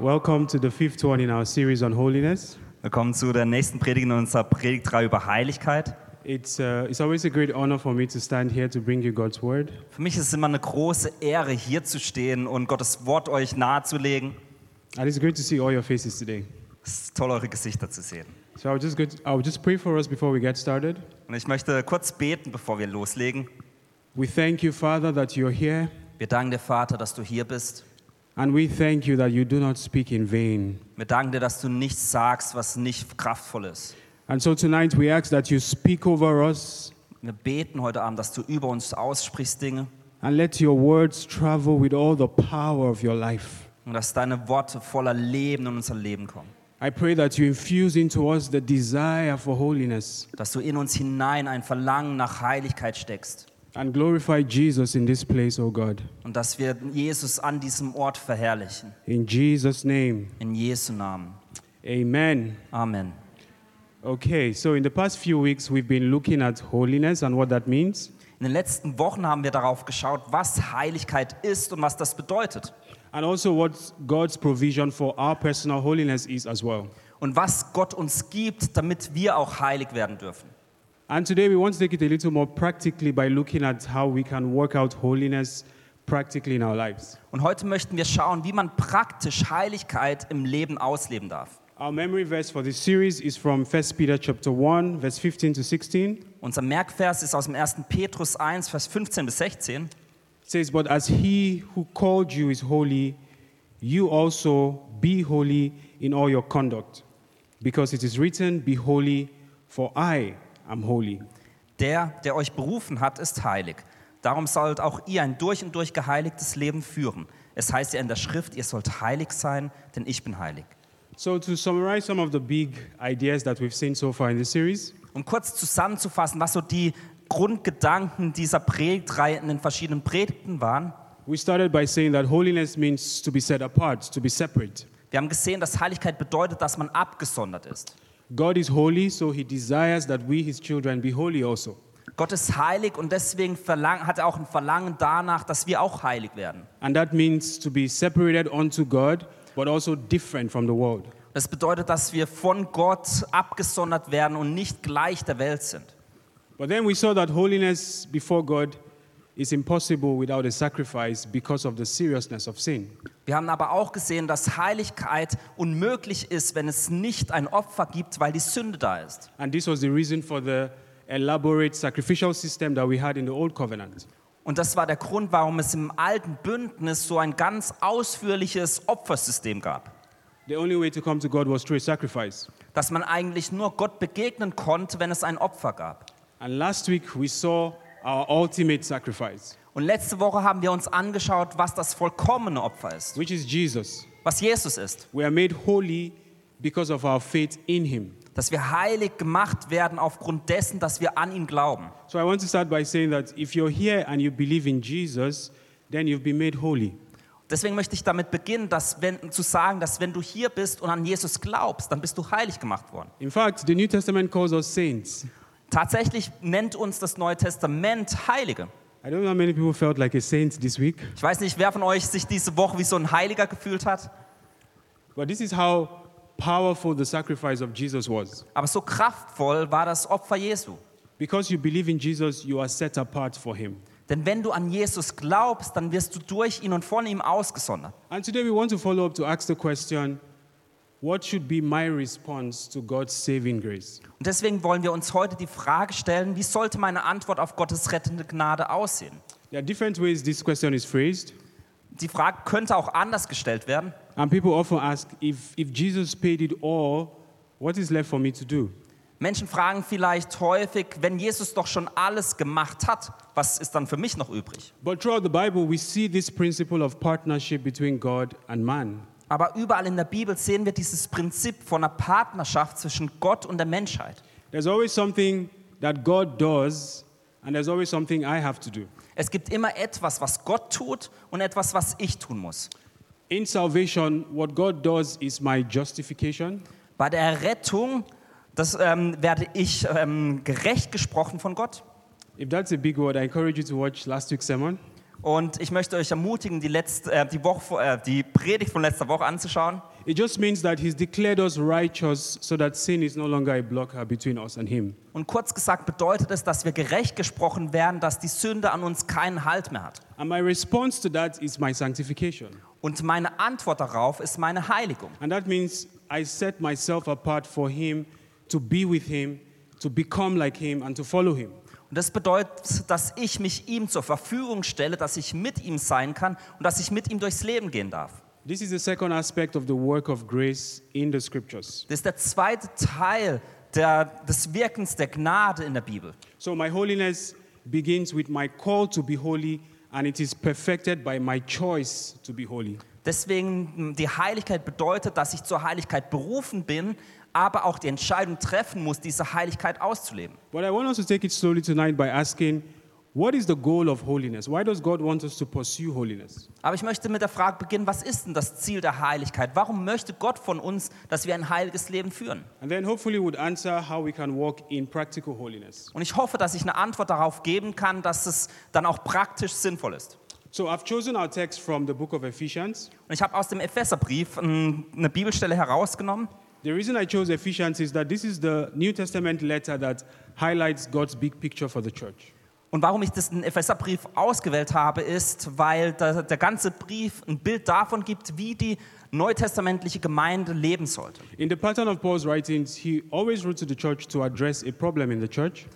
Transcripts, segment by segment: Welcome to the fifth one in our series on holiness. Willkommen zu der nächsten Predigt in unserer Predigtreihe über Heiligkeit. It's, uh, it's always a great honor for me to stand here to bring you God's word. Für mich ist es immer eine große Ehre, hier zu stehen und Gottes Wort euch nahezulegen. And it's great to see all your faces today. Es ist toll, eure Gesichter zu sehen. So I'll just, go to- I'll just pray for us before we get started. Und ich möchte kurz beten, bevor wir loslegen. We thank you, Father, that you're here. Wir danken dir, Vater, dass du hier bist. And we thank you that you do not speak in vain. Wir danken dir, dass du nichts sagst, was nicht kraftvoll ist. And so tonight we ask that you speak over us Wir beten heute Abend, dass du über uns aussprichst Dinge and let your words travel with all the power of your life. und dass deine Worte voller Leben in unser Leben kommen. I pray that you infuse into us the desire for holiness Dass du in uns hinein ein Verlangen nach Heiligkeit steckst and glorify Jesus in this place, O God. und dass wir Jesus an diesem Ort verherrlichen. In Jesus' name, In Jesu Namen. amen. Amen. Okay, so in the past few weeks, we've been looking at holiness and what that means. In den letzten Wochen haben wir darauf geschaut, was Heiligkeit ist und was das bedeutet. And also, what God's provision for our personal holiness is as well. Und was Gott uns gibt, damit wir auch heilig werden dürfen. And today, we want to take it a little more practically by looking at how we can work out holiness practically in our lives. Und heute möchten wir schauen, wie man praktisch Heiligkeit im Leben ausleben darf. Our memory verse for this series is from 1 Peter chapter 1, verse 15 to 16. It Unser Merkvers ist aus dem 1. Petrus 1, Vers 15 bis 16. says, But as he who called you is holy, you also be holy in all your conduct, because it is written, Be holy, for I am holy. Der, der euch berufen hat, ist heilig. Darum sollt auch ihr ein durch und durch geheiligtes Leben führen. Es heißt ja in der Schrift, ihr sollt heilig sein, denn ich bin heilig. So, to summarize some of the big ideas that we've seen so far in this series, Um kurz zusammenzufassen, was so die Grundgedanken dieser Predigtreihe in den verschiedenen Predigten waren. we started by saying that holiness means to be set apart, to be separate. Wir haben gesehen, dass Heiligkeit bedeutet, dass man abgesondert ist. God is holy, so he desires that we, his children, be holy also. Gott ist heilig und deswegen verlang, hat er auch ein Verlangen danach, dass wir auch heilig werden. And that means to be separated unto God, but also different from the world. Das bedeutet, dass wir von Gott abgesondert werden und nicht gleich der Welt sind. But then we saw that holiness before God is impossible without a sacrifice because of the seriousness of sin. Wir haben aber auch gesehen, dass Heiligkeit unmöglich ist, wenn es nicht ein Opfer gibt, weil die Sünde da ist. And this was the reason for the elaborate sacrificial system that we had in the Old Covenant. Und das war der Grund, warum es im alten Bündnis so ein ganz ausführliches Opfersystem gab. The only way to come to God was through a sacrifice. Dass man eigentlich nur Gott begegnen konnte, wenn es ein Opfer gab. And last week we saw our ultimate sacrifice, Und letzte Woche haben wir uns angeschaut, was das vollkommene Opfer ist, which is Jesus. was Jesus ist. We are made holy because of our faith in him. Dass wir heilig gemacht werden aufgrund dessen, dass wir an ihn glauben. So I want to start by saying that if you're here and you believe in Jesus, then you've been made holy. Deswegen möchte ich damit beginnen, dass wenn, zu sagen, dass wenn du hier bist und an Jesus glaubst, dann bist du heilig gemacht worden. In fact, the New Testament calls us saints. Tatsächlich nennt uns das Neue Testament Heilige. I don't know how many people felt like a saint this week, Ich weiß nicht, wer von euch sich diese Woche wie so ein Heiliger gefühlt hat, but this is how powerful the sacrifice of Jesus was. aber so kraftvoll war das Opfer Jesu. Because you believe in Jesus, you are set apart for him. Denn wenn du an Jesus glaubst, dann wirst du durch ihn und von ihm ausgesondert. And today we want to follow up to ask the question what should be my response to God's saving grace? Und deswegen wollen wir uns heute die Frage stellen, wie sollte meine Antwort auf Gottes rettende Gnade aussehen? There are different ways this question is phrased, Die Frage könnte auch anders gestellt werden. and people often ask if, if Jesus paid it all, what is left for me to do? Menschen fragen vielleicht häufig, wenn Jesus doch schon alles gemacht hat, was ist dann für mich noch übrig? But throughout the Bible, we see this principle of partnership between God and man. Aber überall in der Bibel sehen wir dieses Prinzip von einer Partnerschaft zwischen Gott und der Menschheit. There's always something that God does, and there's always something I have to do. Es gibt immer etwas, was Gott tut und etwas, was ich tun muss. In salvation, what God does is my justification, Bei der Errettung, das ähm, werde ich ähm, gerecht gesprochen von Gott. If that's a big word, I encourage you to watch last week's sermon. Und ich möchte euch ermutigen, die, letzte, äh, die, Woche, vor- äh, die Predigt von letzter Woche anzuschauen. It just means that He's declared us righteous so that sin is no longer a blocker between us and Him. Und kurz gesagt bedeutet es, dass wir gerecht gesprochen werden, dass die Sünde an uns keinen Halt mehr hat. And my response to that is my sanctification. Und meine Antwort darauf ist meine Heiligung. And that means I set myself apart for Him, to be with Him, to become like Him, and to follow Him. Und das bedeutet, dass ich mich ihm zur Verfügung stelle, dass ich mit ihm sein kann und dass ich mit ihm durchs Leben gehen darf. This is the second aspect of the work of grace in the scriptures. Das ist der zweite Teil der, des Wirkens der Gnade in der Bibel. So my holiness begins with my call to be holy, and it is perfected by my choice to be holy. Deswegen mh, die Heiligkeit bedeutet, dass ich zur Heiligkeit berufen bin, aber auch die Entscheidung treffen muss, diese Heiligkeit auszuleben. But I want us to take it slowly tonight by asking, what is the goal of holiness? Why does God want us to pursue holiness? Aber ich möchte mit der Frage beginnen, was ist denn das Ziel der Heiligkeit? Warum möchte Gott von uns, dass wir ein heiliges Leben führen? And then hopefully would answer how we can walk in practical holiness. Und ich hoffe, dass ich eine Antwort darauf geben kann, dass es dann auch praktisch sinnvoll ist. So I've chosen our text from the book of Ephesians. Und ich habe aus dem Epheserbrief ähm, eine Bibelstelle herausgenommen. The reason I chose Ephesians is that this is the New Testament letter that highlights God's big picture for the church. Und warum ich das den Epheserbrief ausgewählt habe, ist, weil der, der ganze Brief ein Bild davon gibt, wie die neutestamentliche Gemeinde leben sollte. In the pattern of Paul's writings, he always wrote to the church to address a problem in the church.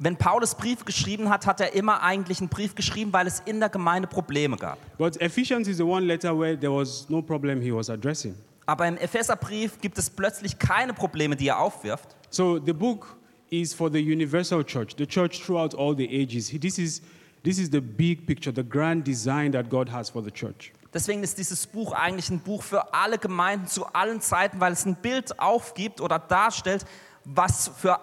Wenn Paulus Brief geschrieben hat, hat er immer eigentlich einen Brief geschrieben, weil es in der Gemeinde Probleme gab. But Ephesians is the one letter where there was no problem he was addressing. Aber im Epheserbrief gibt es plötzlich keine Probleme, die er aufwirft. So the book is for the universal church, the church throughout all the ages. He- This is, this is the big picture, the grand design that God has for the church. Deswegen ist dieses Buch eigentlich ein Buch für alle Gemeinden zu allen Zeiten, weil es ein Bild aufgibt oder darstellt, was für,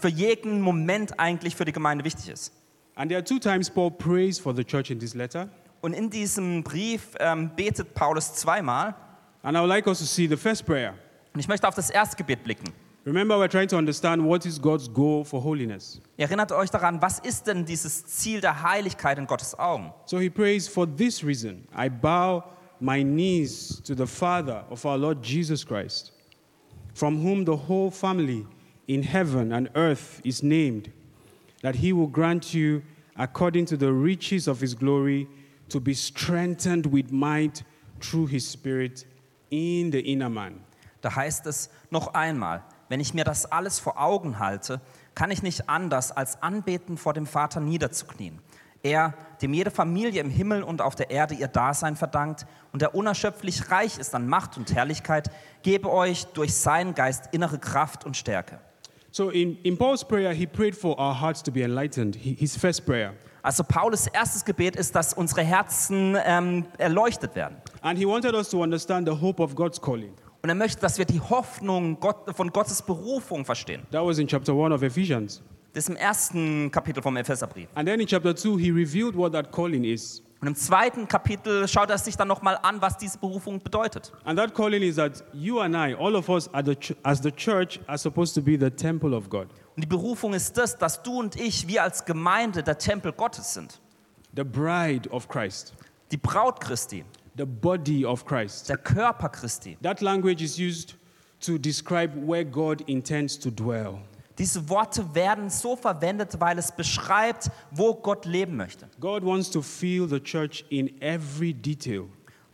für jeden Moment eigentlich für die Gemeinde wichtig ist. And there are two times Paul prays for the church in this letter. Und in diesem Brief ähm, betet Paulus zweimal. And I would like us to see the first prayer. Und ich möchte auf das erste Gebet blicken. Remember, we're trying to understand what is God's goal for holiness. Ihr erinnert euch daran, was ist denn dieses Ziel der Heiligkeit in Gottes Augen? So he prays, For this reason, I bow my knees to the Father of our Lord Jesus Christ, from whom the whole family in heaven and earth is named, that he will grant you, according to the riches of his glory, to be strengthened with might through his Spirit in the inner man. Da heißt es noch einmal, wenn ich mir das alles vor Augen halte, kann ich nicht anders als anbeten vor dem Vater niederzuknien. Er, dem jede Familie im Himmel und auf der Erde ihr Dasein verdankt und der unerschöpflich reich ist an Macht und Herrlichkeit, gebe euch durch seinen Geist innere Kraft und Stärke. So in, in Paul's prayer, he prayed for our hearts to be enlightened, he- his first prayer. Also Paulus erstes Gebet ist, dass unsere Herzen ähm, erleuchtet werden. And he wanted us to understand the hope of God's calling. Und er möchte, dass wir die Hoffnung Gott, von Gottes Berufung verstehen. That was in chapter 1 of Ephesians. Das ist im ersten Kapitel vom Epheserbrief. And then in chapter 2, he revealed what that calling is. Und im zweiten Kapitel schaut er sich dann nochmal an, was diese Berufung bedeutet. And that calling is that you and I, all of us are the ch- as the church, are supposed to be the temple of God, Und die Berufung ist das, dass du und ich, wir als Gemeinde der Tempel Gottes sind. the bride of Christ, Die Braut Christi, the body of Christ. der Körper Christi. That language is used to describe where God intends to dwell. Diese Worte werden so verwendet, weil es beschreibt, wo Gott leben möchte. God wants to fill the church in every detail,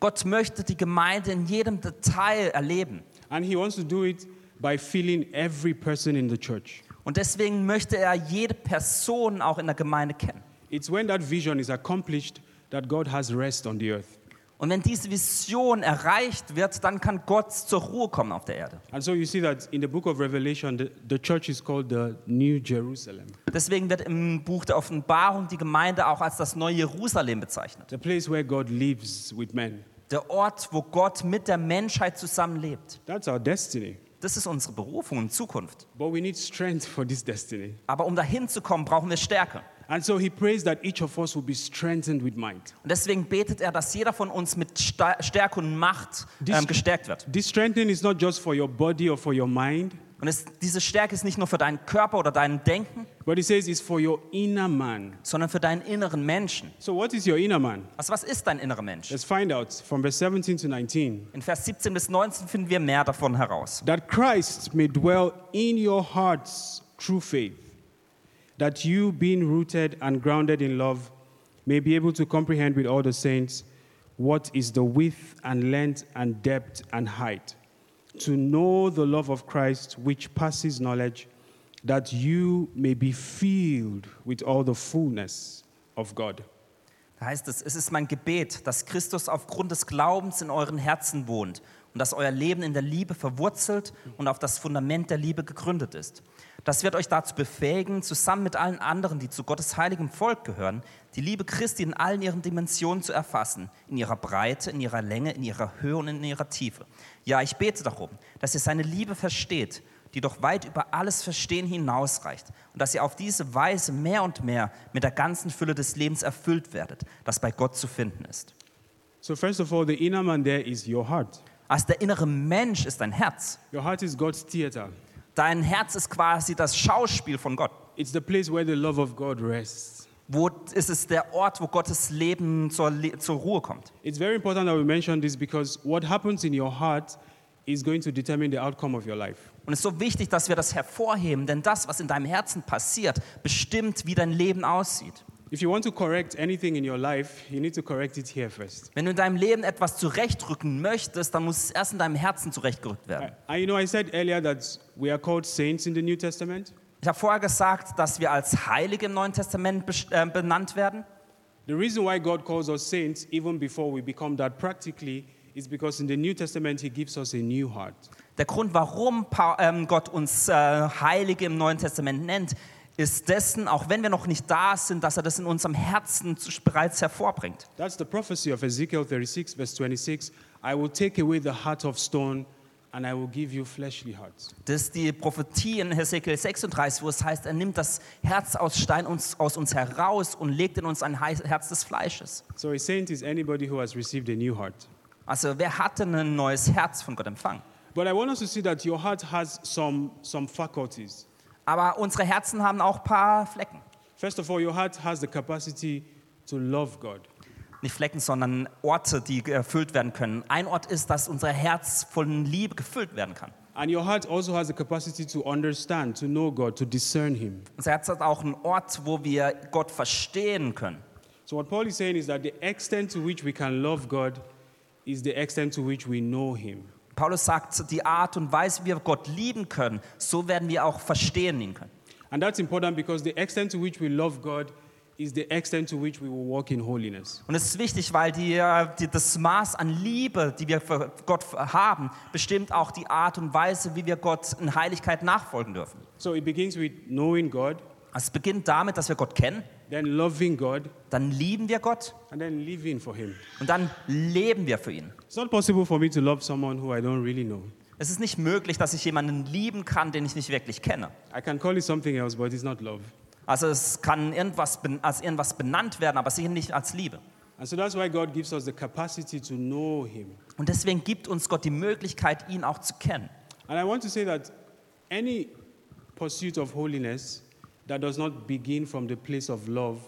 Gott möchte die Gemeinde in jedem Detail erleben. and he wants to do it by filling every person in the church. Und deswegen möchte er jede Person auch in der Gemeinde kennen. It's when that vision is accomplished that God has rest on the earth. Und wenn diese Vision erreicht wird, dann kann Gott zur Ruhe kommen auf der Erde. And so you see that in the book of Revelation, the, the church is called the New Jerusalem, Deswegen wird im Buch der Offenbarung die Gemeinde auch als das neue Jerusalem bezeichnet. the place where God lives with men. Der Ort, wo Gott mit der Menschheit zusammenlebt. That's our destiny. Das ist unsere Berufung in Zukunft. But we need strength for this destiny. Aber um dahin zu kommen, brauchen wir Stärke. And so he prays that each of us will be strengthened with might. Und deswegen betet er, dass jeder von uns mit Sta- Stärke und Macht ähm, Dies- gestärkt wird. This strengthening is not just for your body or for your mind, Und es, diese Stärke ist nicht nur für deinen Körper oder dein Denken, But it says it's for your inner man. sondern für deinen inneren Menschen. So, what is your inner man? Also was ist dein innerer Mensch? Let's find out from verse 17 to 19. In Vers 17 bis 19 finden wir mehr davon heraus. That Christ may dwell in your hearts through faith, that you, being rooted and grounded in love, may be able to comprehend with all the saints what is the width and length and depth and height, to know the love of Christ which passes knowledge, that you may be filled with all the fullness of God. Da heißt es, es ist mein Gebet, dass Christus aufgrund des Glaubens in euren Herzen wohnt und dass euer Leben in der Liebe verwurzelt und auf das Fundament der Liebe gegründet ist. Das wird euch dazu befähigen, zusammen mit allen anderen, die zu Gottes heiligem Volk gehören, die Liebe Christi in allen ihren Dimensionen zu erfassen, in ihrer Breite, in ihrer Länge, in ihrer Höhe und in ihrer Tiefe. Ja, ich bete darum, dass ihr seine Liebe versteht, die doch weit über alles Verstehen hinausreicht und dass ihr auf diese Weise mehr und mehr mit der ganzen Fülle des Lebens erfüllt werdet, das bei Gott zu finden ist. So, first of all, the inner man there is your heart. Also der innere Mensch ist dein Herz. Your heart is God's theater. Dein Herz ist quasi das Schauspiel von Gott. It's the place where the love of God rests. Wo ist es der Ort, wo Gottes Leben zur, Le zur Ruhe kommt? It's very important that we mention this because what happens in your heart is going to determine the outcome of your life. Und es ist so wichtig, dass wir das hervorheben, denn das, was in deinem Herzen passiert, bestimmt, wie dein Leben aussieht. If you want to correct anything in your life, you need to correct it here first. Wenn du in deinem Leben etwas zurechtrücken möchtest, dann muss es erst in deinem Herzen zurechtgerückt werden. And you know, I said earlier that we are called saints in the New Testament. Ich habe vorher gesagt, dass wir als Heilige im Neuen Testament best- äh, benannt werden. The reason why God calls us saints, even before we become that practically, is because in the New Testament, He gives us a new heart. Der Grund, warum Pa- ähm, Gott uns äh, Heilige im Neuen Testament nennt, ist dessen, auch wenn wir noch nicht da sind, dass er das in unserem Herzen zu- bereits hervorbringt. That's the prophecy of Ezekiel 36, verse 26. I will take away the heart of stone and I will give you fleshly hearts. Das ist die Prophetie in Hesekiel 36, wo es heißt, er nimmt das Herz aus Stein uns, aus uns heraus und legt in uns ein Hei- Herz des Fleisches. So a saint is anybody who has received a new heart. Also wer hat denn ein neues Herz von Gott empfangen? But I want us to see that your heart has some, some faculties. Aber unsere Herzen haben auch ein paar Flecken. First of all, your heart has the capacity to love God. nicht Flecken, sondern Orte, die erfüllt werden können. Ein Ort ist, dass unser Herz von Liebe gefüllt werden kann. And your heart also has the capacity to understand, to know God, to discern Him. Unser Herz hat auch einen Ort, wo wir Gott verstehen können. So, what Paul is saying is that the extent to which we can love God is the extent to which we know Him. Paulus sagt, die Art und Weise, wie wir Gott lieben können, so werden wir auch verstehen ihn können. And that's important because the extent to which we love God is the extent to which we will walk in holiness. Und es ist wichtig, weil die, äh, die, das Maß an Liebe, die wir für Gott haben, bestimmt auch die Art und Weise, wie wir Gott in Heiligkeit nachfolgen dürfen. So it begins with knowing God, Also es beginnt damit, dass wir Gott kennen, then loving God, dann lieben wir Gott and then living for Him. und dann leben wir für ihn. It's not possible for me to love someone who I don't really know. Es ist nicht möglich, dass ich jemanden lieben kann, den ich nicht wirklich kenne. I can call it something else, but it's not love. Also es kann irgendwas, ben- als irgendwas benannt werden, aber sicher nicht als Liebe. And so that's why God gives us the capacity to know Him. Und deswegen gibt uns Gott die Möglichkeit, ihn auch zu kennen. And I want to say that any pursuit of holiness that does not begin from the place of love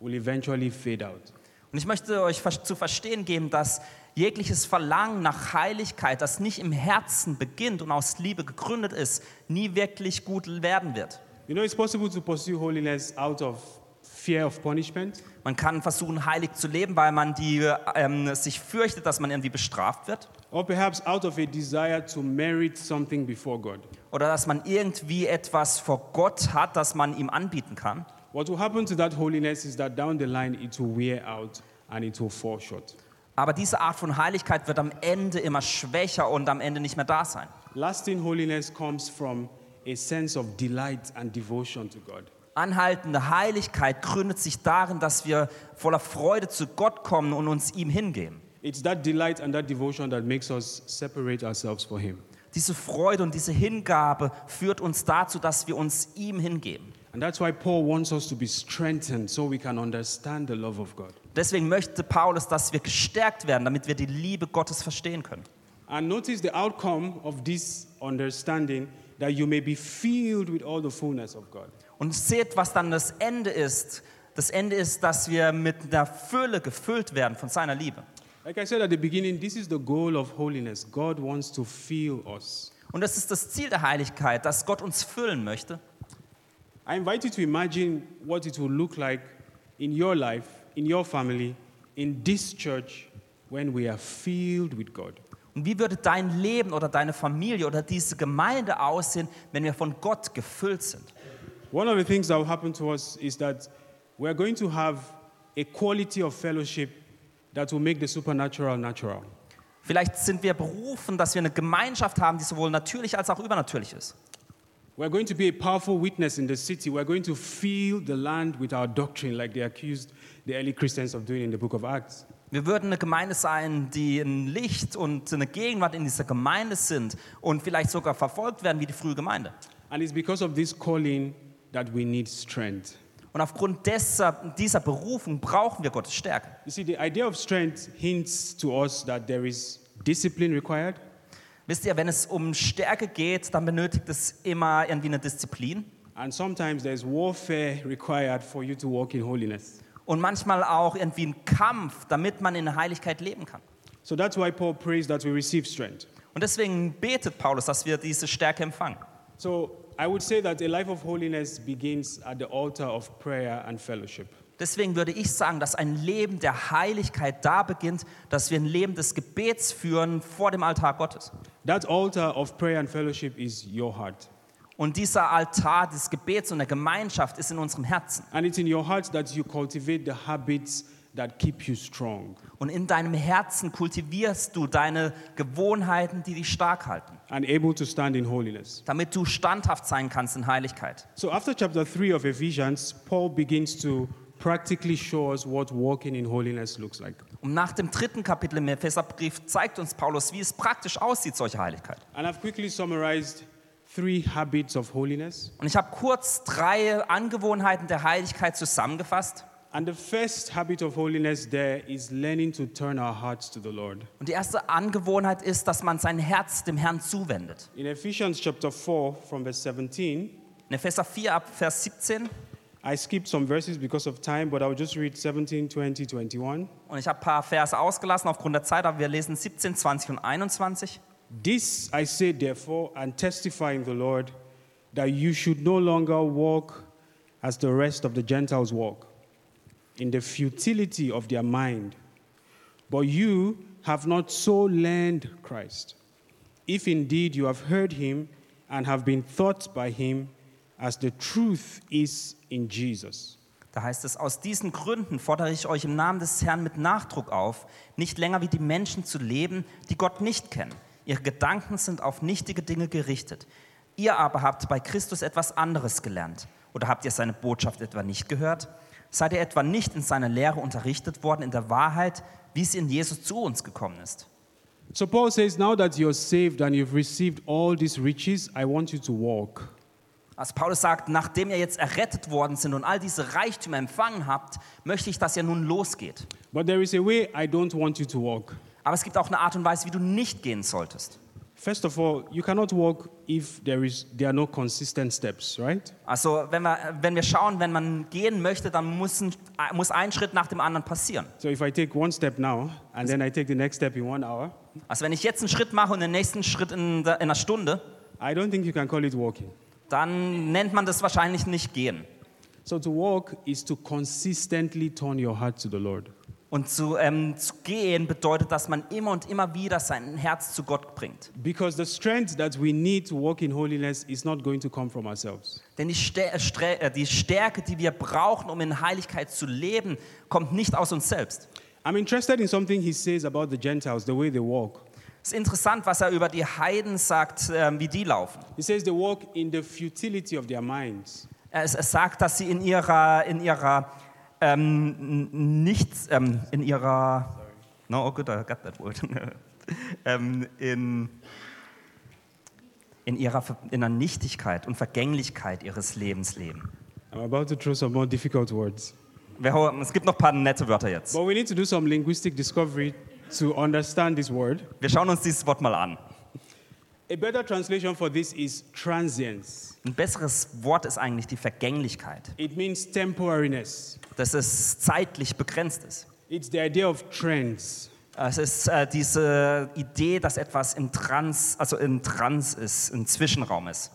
will eventually fade out. Und ich möchte euch ver- zu verstehen geben, dass jegliches Verlangen nach Heiligkeit, das nicht im Herzen beginnt und aus Liebe gegründet ist, nie wirklich gut werden wird. You know, it's possible to pursue holiness out of fear of punishment, Man kann versuchen, heilig zu leben, weil man die, ähm, sich fürchtet, dass man irgendwie bestraft wird or perhaps out of a desire to merit something before God. oder dass man irgendwie etwas vor Gott hat, das man ihm anbieten kann. What will happen to that holiness is that down the line it will wear out and it will fall short. Aber diese Art von Heiligkeit wird am Ende immer schwächer und am Ende nicht mehr da sein. Lasting holiness comes from a sense of delight and devotion to God. Anhaltende Heiligkeit gründet sich darin, dass wir voller Freude zu Gott kommen und uns ihm hingeben. It's that delight and that devotion that makes us separate ourselves for Him. Diese Freude und diese Hingabe führt uns dazu, dass wir uns ihm hingeben. And that's why Paul wants us to be strengthened so we can understand the love of God. Deswegen möchte Paulus, dass wir gestärkt werden, damit wir die Liebe Gottes verstehen können. And notice the outcome of this understanding that you may be filled with all the fullness of God. Und seht, was dann das Ende ist. Das Ende ist, dass wir mit der Fülle gefüllt werden von seiner Liebe. Like I said at the beginning, this is the goal of holiness. God wants to fill us. Und das ist das Ziel der Heiligkeit, dass Gott uns füllen möchte. I invite you to imagine what it will look like in your life, in your family, in this church when we are filled with God. Und wie würde dein Leben oder deine Familie oder diese Gemeinde aussehen, wenn wir von Gott gefüllt sind? One of the things that will happen to us is that we're going to have a quality of fellowship that will make the supernatural natural. Vielleicht sind wir berufen, dass wir eine Gemeinschaft haben, die sowohl natürlich als auch übernatürlich ist. We're going to be a powerful witness in the city. We're going to fill the land with our doctrine, like they accused the early Christians of doing in the book of Acts. Wir würden eine Gemeinde sein, die ein Licht und eine Gegenwart in dieser Gemeinde sind und vielleicht sogar verfolgt werden wie die frühe Gemeinde. And it's because of this calling that we need strength. Und aufgrund dieser, dieser Berufung brauchen wir Gottes Stärke. You see, the idea of strength hints to us that there is discipline required, Wisst ihr, wenn es um Stärke geht, dann benötigt es immer irgendwie eine Disziplin and sometimes there's warfare required for you to walk in holiness. und manchmal auch irgendwie einen Kampf, damit man in Heiligkeit leben kann. So that's why Paul prays that we receive strength. Und deswegen betet Paulus, dass wir diese Stärke empfangen. So I would say that a life of holiness begins at the altar of prayer and fellowship. Deswegen würde ich sagen, dass ein Leben der Heiligkeit da beginnt, dass wir ein Leben des Gebets führen vor dem Altar Gottes. That altar of prayer and fellowship is your heart. Und dieser Altar des Gebets und der Gemeinschaft ist in unserem Herzen. And it's in your heart that you cultivate the habits that keep you strong. Und in deinem Herzen kultivierst du deine Gewohnheiten, die dich stark halten, and able to stand in holiness. damit du standhaft sein kannst in Heiligkeit. So, after chapter 3 of Ephesians, Paul begins to practically show us what walking in holiness looks like. Und nach dem dritten Kapitel im Epheserbrief zeigt uns Paulus, wie es praktisch aussieht, solche Heiligkeit. And I've quickly summarized three habits of holiness. Und ich habe kurz drei Angewohnheiten der Heiligkeit zusammengefasst. And the first habit of holiness there is learning to turn our hearts to the Lord. Und die erste Angewohnheit ist, dass man sein Herz dem Herrn zuwendet. In Ephesians chapter 4, from verse 17, In Epheser 4 ab Vers 17 I skipped some verses because of time, but I'll just read 17, 20, 21. und ich habe ein paar Verse ausgelassen aufgrund der Zeit, aber wir lesen 17, 20 und 21. This I say, therefore, and testify in the Lord, that you should no longer walk as the rest of the Gentiles walk, in the futility of their mind. But you have not so learned Christ, if indeed you have heard him and have been taught by him, as the truth is in Jesus. Da heißt es, aus diesen Gründen fordere ich euch im Namen des Herrn mit Nachdruck auf, nicht länger wie die Menschen zu leben, die Gott nicht kennen. Ihre Gedanken sind auf nichtige Dinge gerichtet. Ihr aber habt bei Christus etwas anderes gelernt. Oder habt ihr seine Botschaft etwa nicht gehört? Seid ihr etwa nicht in seiner Lehre unterrichtet worden, in der Wahrheit, wie sie in Jesus zu uns gekommen ist? So Paul says, now that you're saved and you've received all these riches, I want you to walk. Als Paulus sagt, nachdem ihr jetzt errettet worden sind und all diese Reichtümer empfangen habt, möchte ich, dass ihr nun losgeht. But there is a way I don't want you to walk. Aber es gibt auch eine Art und Weise, wie du nicht gehen solltest. First of all, you cannot walk if there is there are no consistent steps, right? Also wenn wir, wenn wir schauen, wenn man gehen möchte, dann muss ein, muss ein Schritt nach dem anderen passieren. So if I take one step now and then I take the next step in one hour, Also wenn ich jetzt einen Schritt mache und den nächsten Schritt in, der, in einer Stunde, I don't think you can call it walking. dann nennt man das wahrscheinlich nicht gehen. So to walk is to consistently turn your heart to the Lord. Und zu, ähm, zu gehen bedeutet, dass man immer und immer wieder sein Herz zu Gott bringt. Because the strength that we need to walk in holiness is not going to come from ourselves. Denn die, Stär Strä- äh, die Stärke, die wir brauchen, um in Heiligkeit zu leben, kommt nicht aus uns selbst. I'm interested in something he says about the Gentiles, the way they walk. Es ist interessant, was er über die Heiden sagt, ähm, wie die laufen. He says they walk in the futility of their minds. Es, es sagt, dass sie in ihrer, in ihrer ähm, n- nichts, ähm, in ihrer, no, oh good, I got that word. ähm, in, in ihrer, Ver- in der Nichtigkeit und Vergänglichkeit ihres Lebens leben. I'm about to throw some more difficult words. Wir, ho- es gibt noch ein paar nette Wörter jetzt. But we need to do some linguistic discovery to understand this word. Wir schauen uns dieses Wort mal an. A better translation for this is transience. Ein besseres Wort ist eigentlich die Vergänglichkeit, It means temporariness. dass es zeitlich begrenzt ist. It's the idea of trends. Es ist äh, diese Idee, dass etwas im Trans, also im Trans ist, im Zwischenraum ist.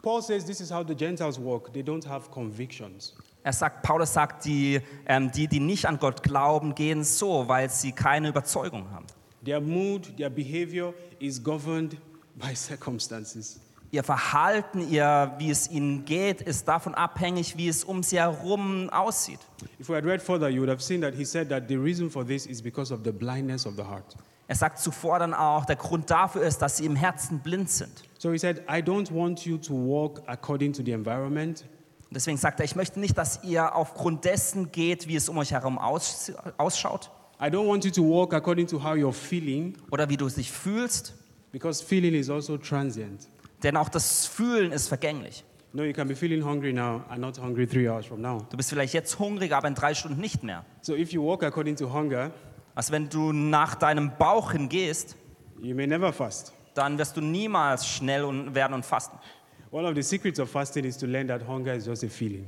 Paul says this is how the Gentiles walk. They don't have convictions. Er sagt, Paulus sagt, die, ähm, die, die nicht an Gott glauben, gehen so, weil sie keine Überzeugung haben. Their mood, their behavior is governed by circumstances. Ihr Verhalten, ihr, wie es ihnen geht, ist davon abhängig, wie es um sie herum aussieht. If we had read further, you would have seen that he said that the reason for this is because of the blindness of the heart. Er sagt zuvor dann auch, der Grund dafür ist, dass sie im Herzen blind sind. So he said, I don't want you to walk according to the environment. Und Deswegen sagt er, ich möchte nicht, dass ihr aufgrund dessen geht, wie es um euch herum aus, ausschaut I don't want you to walk according to how you're feeling, oder wie du dich fühlst, because feeling is also transient. denn auch das Fühlen ist vergänglich. No, you can be feeling hungry now and not hungry three hours from now. Du bist vielleicht jetzt hungrig, aber in drei Stunden nicht mehr. So if you walk according to hunger, Also wenn du nach deinem Bauch hingehst, you may never fast. dann wirst du niemals schnell und werden und fasten. One of the secrets of fasting is to learn that hunger is just a feeling.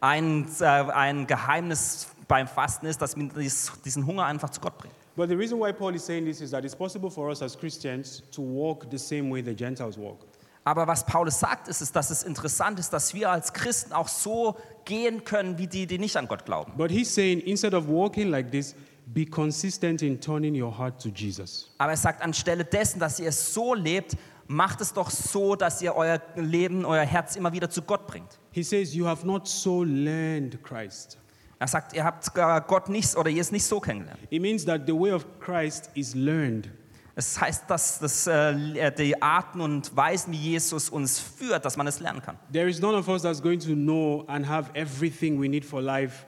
Ein, äh, ein Geheimnis beim Fasten ist, dass man dies, diesen Hunger einfach zu Gott bringt. But the reason why Paul is saying this is that it's possible for us as Christians to walk the same way the Gentiles walk. Aber was Paulus sagt, ist, es, dass es interessant ist, dass wir als Christen auch so gehen können, wie die, die nicht an Gott glauben. But he's saying instead of walking like this, be consistent in turning your heart to Jesus. Aber er sagt, anstelle dessen, dass ihr es so lebt, macht es doch so, dass ihr euer Leben, euer Herz immer wieder zu Gott bringt. He says, You have not so learned Christ. Er sagt, ihr habt äh, Gott nicht oder ihr es nicht so kennengelernt. It means that the way of Christ is learned. Es heißt, dass das, äh, die Arten und Weisen, wie Jesus uns führt, dass man es lernen kann. There is none of us that's going to know and have everything we need for life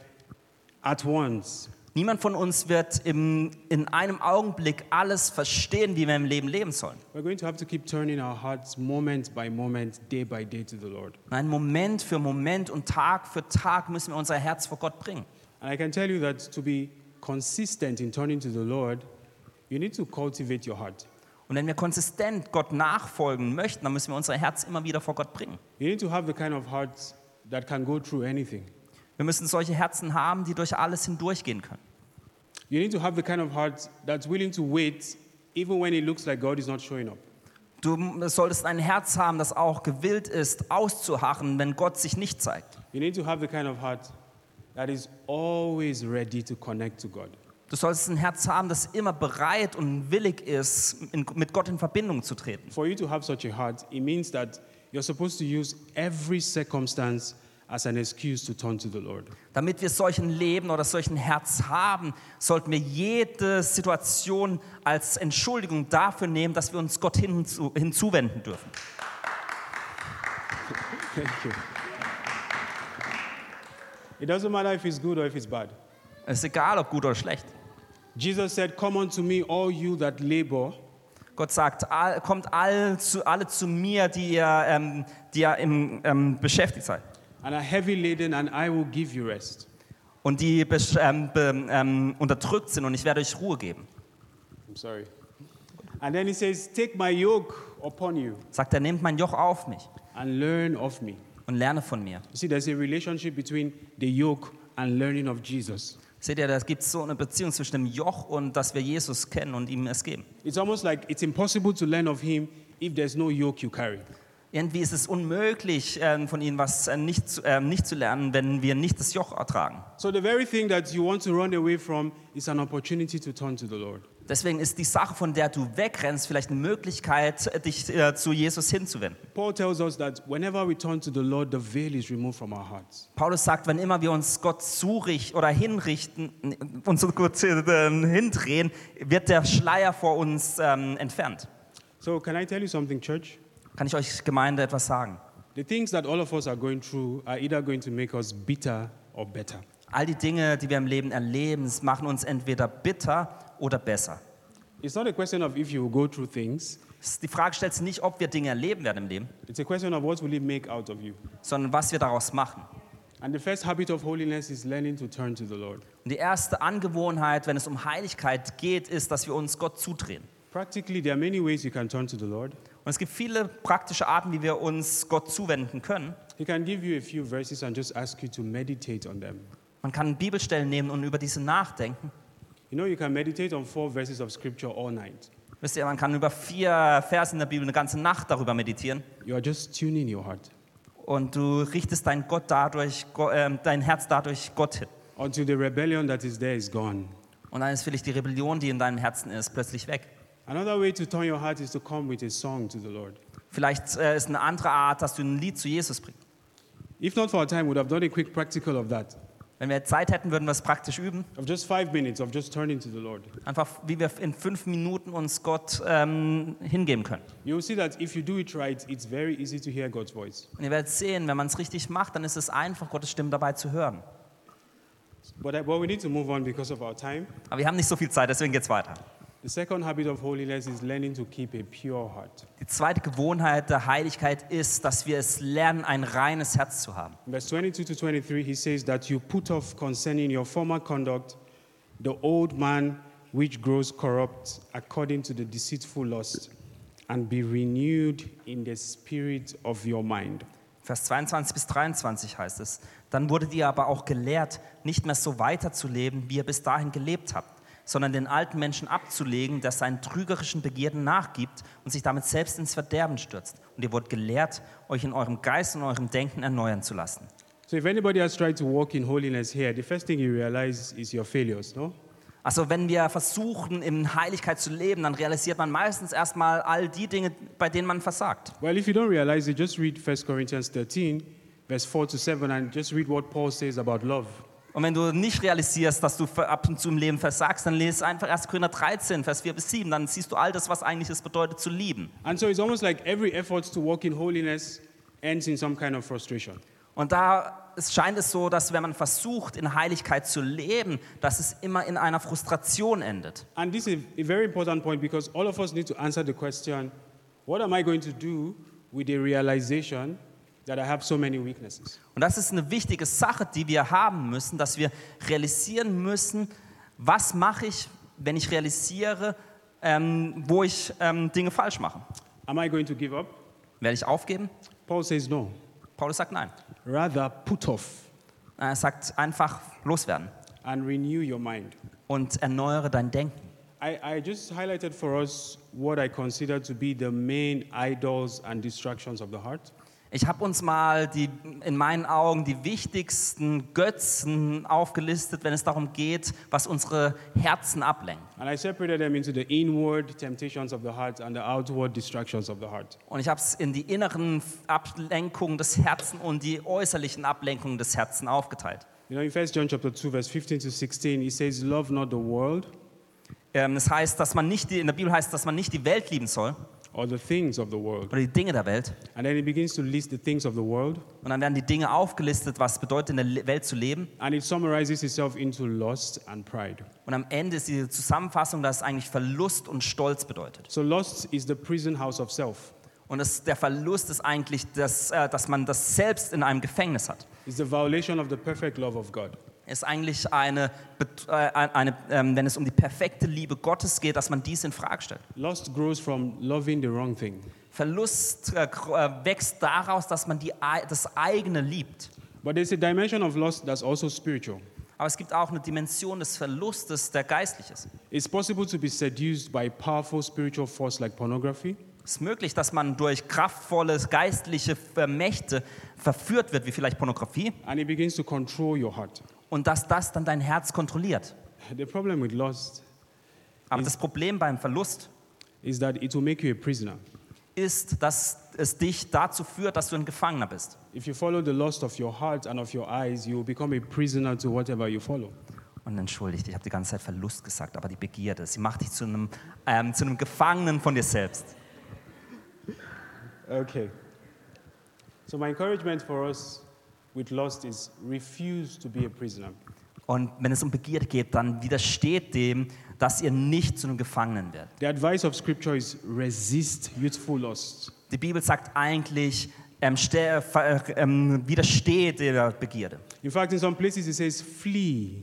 at once. Niemand von uns wird im, in einem Augenblick alles verstehen, wie wir im Leben leben sollen. We're going to have to keep turning our hearts moment by moment, day by day to the Lord. Nein, Moment für Moment und Tag für Tag müssen wir unser Herz vor Gott bringen. And I can tell you that to be consistent in turning to the Lord, you need to cultivate your heart. Und wenn wir konsistent Gott nachfolgen möchten, dann müssen wir unser Herz immer wieder vor Gott bringen. You need to have the kind of heart that can go through anything. Wir müssen solche Herzen haben, die durch alles hindurchgehen können. You need to have the kind of heart that's willing to wait even when it looks like God is not showing up. Du solltest ein Herz haben, das auch gewillt ist, auszuharren, wenn Gott sich nicht zeigt. You need to have the kind of heart that is always ready to connect to God. Du solltest ein Herz haben, das immer bereit und willig ist, in, mit Gott in Verbindung zu treten. For you to have such a heart, it means that you're supposed to use every circumstance as an excuse to turn to the Lord. Damit wir solchen Leben oder solchen Herz haben, sollten wir jede Situation als Entschuldigung dafür nehmen, dass wir uns Gott hinzu, hinzuwenden dürfen. Thank you. It doesn't matter if it's good or if it's bad. Es ist egal, ob gut oder schlecht. Jesus said, Come unto me, all you that labor Gott sagt, all, kommt all zu, alle zu mir, die ihr, ähm, die ihr im, ähm, beschäftigt seid and are heavy laden, and I will give you rest. und die besch- ähm, be, ähm, unterdrückt sind und ich werde euch Ruhe geben. I'm sorry. And then he says, Take my yoke upon you Sagt er, nehmt mein Joch auf mich and learn of me. und lerne von mir. You see, there's a relationship between the yoke and learning of Jesus. Seht ihr, da gibt es so eine Beziehung zwischen dem Joch und dass wir Jesus kennen und ihm es geben. It's almost like it's impossible to learn of him if there's no yoke you carry. Irgendwie ist es unmöglich, ähm, von ihnen was äh, nicht, zu- ähm, nicht zu lernen, wenn wir nicht das Joch ertragen. So the very thing that you want to run away from is an opportunity to turn to the Lord. Deswegen ist die Sache, von der du wegrennst, vielleicht eine Möglichkeit, äh, dich äh, zu Jesus hinzuwenden. Paul tells us that whenever we turn to the Lord, the veil is removed from our hearts. Paulus sagt, wenn immer wir uns Gott zurichten oder hinrichten, uns so gut äh, hindrehen, wird der Schleier vor uns ähm, entfernt. So, can I tell you something, church? Kann ich euch Gemeinde etwas sagen? The things that all of us are going through are either going to make us bitter or better. All die Dinge, die wir im Leben erleben, es machen uns entweder bitter oder besser. It's not a question of if you will go through things, Es- Die Frage stellt sich nicht, ob wir Dinge erleben werden im Leben, it's a question of what will it make out of you. sondern was wir daraus machen. And the first habit of holiness is learning to turn to the Lord. Und die erste Angewohnheit, wenn es um Heiligkeit geht, ist, dass wir uns Gott zudrehen. Practically, there are many ways you can turn to the Lord. Und es gibt viele praktische Arten, wie wir uns Gott zuwenden können. He can give you a few verses and just ask you to meditate on them. Man kann Bibelstellen nehmen und über diese nachdenken. You know, you can meditate on four verses of scripture all night. Wisst ihr, man kann über vier Verse in der Bibel eine ganze Nacht darüber meditieren. You are just tuning your heart Und du richtest dein, Gott dadurch, Go- ähm, dein Herz dadurch Gott hin. until the rebellion that is there is gone. Und dann ist vielleicht die Rebellion, die in deinem Herzen ist, plötzlich weg. Another way to turn your heart is to come with a song to the Lord. Vielleicht äh, ist eine andere Art, dass du ein Lied zu Jesus bringst. If not for our time, we'd have done a quick practical of that, Wenn wir Zeit hätten, würden wir es praktisch üben. of just five minutes of just turning to the Lord. Einfach, wie wir in fünf Minuten uns Gott ähm, hingeben können. You'll see that if you do it right, it's very easy to hear God's voice. Und ihr werdet sehen, wenn man es richtig macht, dann ist es einfach, Gottes Stimme dabei zu hören. But, I, but we need to move on because of our time. Aber wir haben nicht so viel Zeit, deswegen geht's weiter. The second habit of holiness is learning to keep a pure heart. Die zweite Gewohnheit der Heiligkeit ist, dass wir es lernen, ein reines Herz zu haben. In verse 22 to 23, he says that you put off concerning your former conduct the old man which grows corrupt according to the deceitful lust, and be renewed in the spirit of your mind. Vers 22 bis 23 heißt es. Dann wurdet ihr aber auch gelehrt, nicht mehr so weiterzuleben, wie ihr bis dahin gelebt habt, sondern den alten Menschen abzulegen, der seinen trügerischen Begierden nachgibt und sich damit selbst ins Verderben stürzt. Und ihr wurdet gelehrt, euch in eurem Geist und eurem Denken erneuern zu lassen. So, if anybody has tried to walk in holiness here, the first thing you realize is your failures, no? Also wenn wir versuchen, in Heiligkeit zu leben, dann realisiert man meistens erstmal all die Dinge, bei denen man versagt. Well, if you don't realize it, just read 1 Corinthians 13, verse 4 to 7, and just read what Paul says about love. Und wenn du nicht realisierst, dass du ver- ab und zu im Leben versagst, dann lese einfach 1. Korinther 13, Vers 4 bis 7. Dann siehst du all das, was eigentlich es bedeutet zu lieben. And so, it's almost like every effort to walk in holiness ends in some kind of frustration. Und da es scheint es so, dass wenn man versucht, in Heiligkeit zu leben, dass es immer in einer Frustration endet. And this is a very important point because all of us need to answer the question what am I going to do with the realization that I have so many weaknesses? Und das ist eine wichtige Sache, die wir haben müssen, dass wir realisieren müssen, was mache ich, wenn ich realisiere, ähm, wo ich ähm, Dinge falsch mache. Am I going to give up? Werde ich aufgeben? Paul says no. Paulus sagt nein. Rather, put off Er sagt einfach loswerden and renew your mind. und erneuere dein Denken. I, I just highlighted for us what I consider to be the main idols and distractions of the heart. Ich habe uns mal die, in meinen Augen die wichtigsten Götzen aufgelistet, wenn es darum geht, was unsere Herzen ablenkt. And I separated them into the inward temptations of the heart and the outward distractions of the heart. Und ich habe es in die inneren Ablenkungen des Herzens und die äußerlichen Ablenkungen des Herzens aufgeteilt. You know, in 1 John chapter 2, verse 15 to 16, it says, Love not the world Ähm, es heißt, dass man nicht die, in der Bibel heißt, dass man nicht die Welt lieben soll or the things of the world. oder die Dinge der Welt. And then he begins to list the things of the world, Und dann werden die Dinge aufgelistet, was bedeutet, in der Le- Welt zu leben. and it summarizes itself into lust and pride. Und am Ende ist diese Zusammenfassung, dass es eigentlich Verlust und Stolz bedeutet. So, lust is the prison house of self, Und das, der Verlust ist eigentlich, das, äh, dass man das selbst in einem Gefängnis hat. it's the violation of the perfect love of God. Ist eigentlich eine, Bet- äh, eine ähm, wenn es um die perfekte Liebe Gottes geht, dass man dies in Frage stellt. Lust grows from loving the wrong thing. Verlust äh, gr- äh, wächst daraus, dass man die, ei- das eigene liebt. But there's a dimension of lust that's also spiritual. Aber es gibt auch eine Dimension des Verlustes, der geistlich ist. It's possible to be seduced by powerful spiritual force like pornography, Es ist möglich, dass man durch kraftvolle geistliche äh, Mächte verführt wird, wie vielleicht Pornografie, and it begins to control your heart. und dass das dann dein Herz kontrolliert. The problem with lust Aber das Problem beim Verlust is that it will make you a prisoner. ist, dass es dich dazu führt, dass du ein Gefangener bist. If you follow the lust of your heart and of your eyes, you will become a prisoner to whatever you follow. Und entschuldigt, ich habe die ganze Zeit Verlust gesagt, aber die Begierde, sie macht dich zu einem, ähm, zu einem Gefangenen von dir selbst. Okay. So my encouragement for us with lust is refuse to be a prisoner. Und wenn es um Begierde geht, dann widersteht dem, dass ihr nicht zu einem Gefangenen werdet. The advice of scripture is resist youthful lust. Die Bibel sagt eigentlich, ähm, ste- äh, ver- äh, ähm, widersteht der Begierde. In fact, in some places it says flee.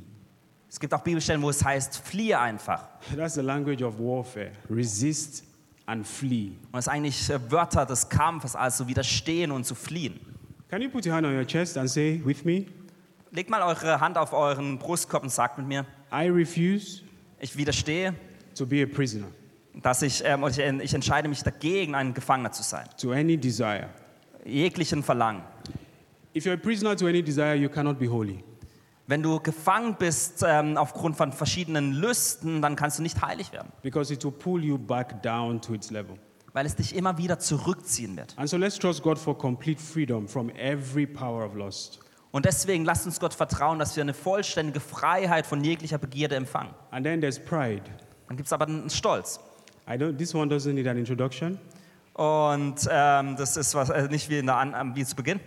Es gibt auch Bibelstellen, wo es heißt, fliehe einfach. That's the language of warfare. Resist and flee. Und das sind eigentlich äh, Wörter des Kampfes, also widerstehen und zu fliehen. Can you put your hand on your chest and say with me, Legt mal eure Hand auf euren Brustkorb und sagt mit mir, I refuse ich widerstehe, to be a prisoner dass ich, ähm, ich, äh, ich entscheide mich dagegen, ein Gefangener zu sein. to any desire. Jeglichen Verlangen. If you're a prisoner to any desire, you cannot be holy. Wenn du gefangen bist ähm, aufgrund von verschiedenen Lüsten, dann kannst du nicht heilig werden, because it will pull you back down to its level. weil es dich immer wieder zurückziehen wird. And so let's trust God for complete freedom from every power of lust. Und deswegen lasst uns Gott vertrauen, dass wir eine vollständige Freiheit von jeglicher Begierde empfangen. And then there's pride. Dann gibt es aber einen Stolz. I don't, this one doesn't need an introduction. Und ähm, das ist was, äh, nicht wie, in der An wie zu Beginn.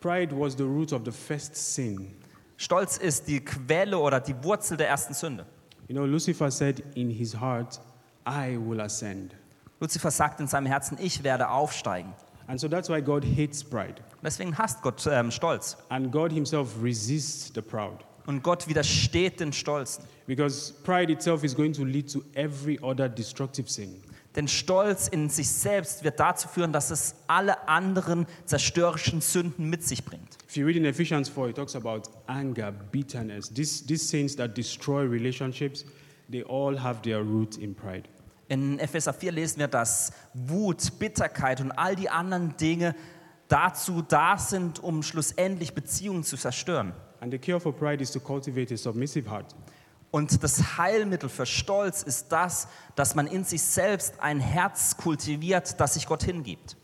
Pride was the root of the first sin. Stolz ist die Quelle oder die Wurzel der ersten Sünde. You know, Lucifer said in his heart, I will ascend. Luzifer sagt in seinem Herzen, ich werde aufsteigen. And so that's why God hates pride. Deswegen hasst Gott ähm, Stolz. And God himself resists the proud. Und Gott widersteht den Stolzen. Because pride itself is going to lead to every other destructive sin. Denn Stolz in sich selbst wird dazu führen, dass es alle anderen zerstörerischen Sünden mit sich bringt. If you read in Ephesians 4, it talks about anger, bitterness. These, these things that destroy relationships, they all have their root in pride. In Epheser 4 lesen wir, dass Wut, Bitterkeit und all die anderen Dinge dazu da sind, um schlussendlich Beziehungen zu zerstören. And the cure for pride is to cultivate a submissive heart. Und das Heilmittel für Stolz ist das, dass man in sich selbst ein Herz kultiviert, das sich Gott hingibt.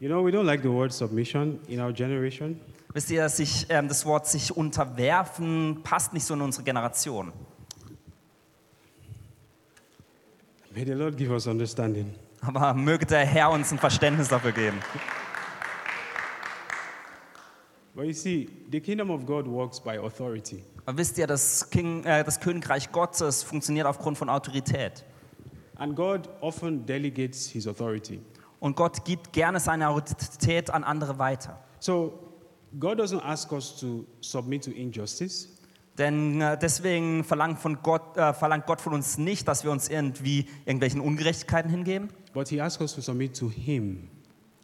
You know, we don't like the word submission in our generation. Wisst ihr, dass sich, ähm, das Wort sich unterwerfen passt nicht so in unsere Generation. May the Lord give us understanding. Aber möge der Herr uns ein Verständnis dafür geben. But you see, the kingdom of God works by authority. Aber wisst ihr, das, King, äh, das Königreich Gottes funktioniert aufgrund von Autorität. And God often delegates his authority. Und Gott gibt gerne seine Autorität an andere weiter. So, God doesn't ask us to submit to injustice, Denn äh, deswegen verlangt, von Gott, äh, verlangt Gott von uns nicht, dass wir uns irgendwie irgendwelchen Ungerechtigkeiten hingeben, but he asks us to submit to him.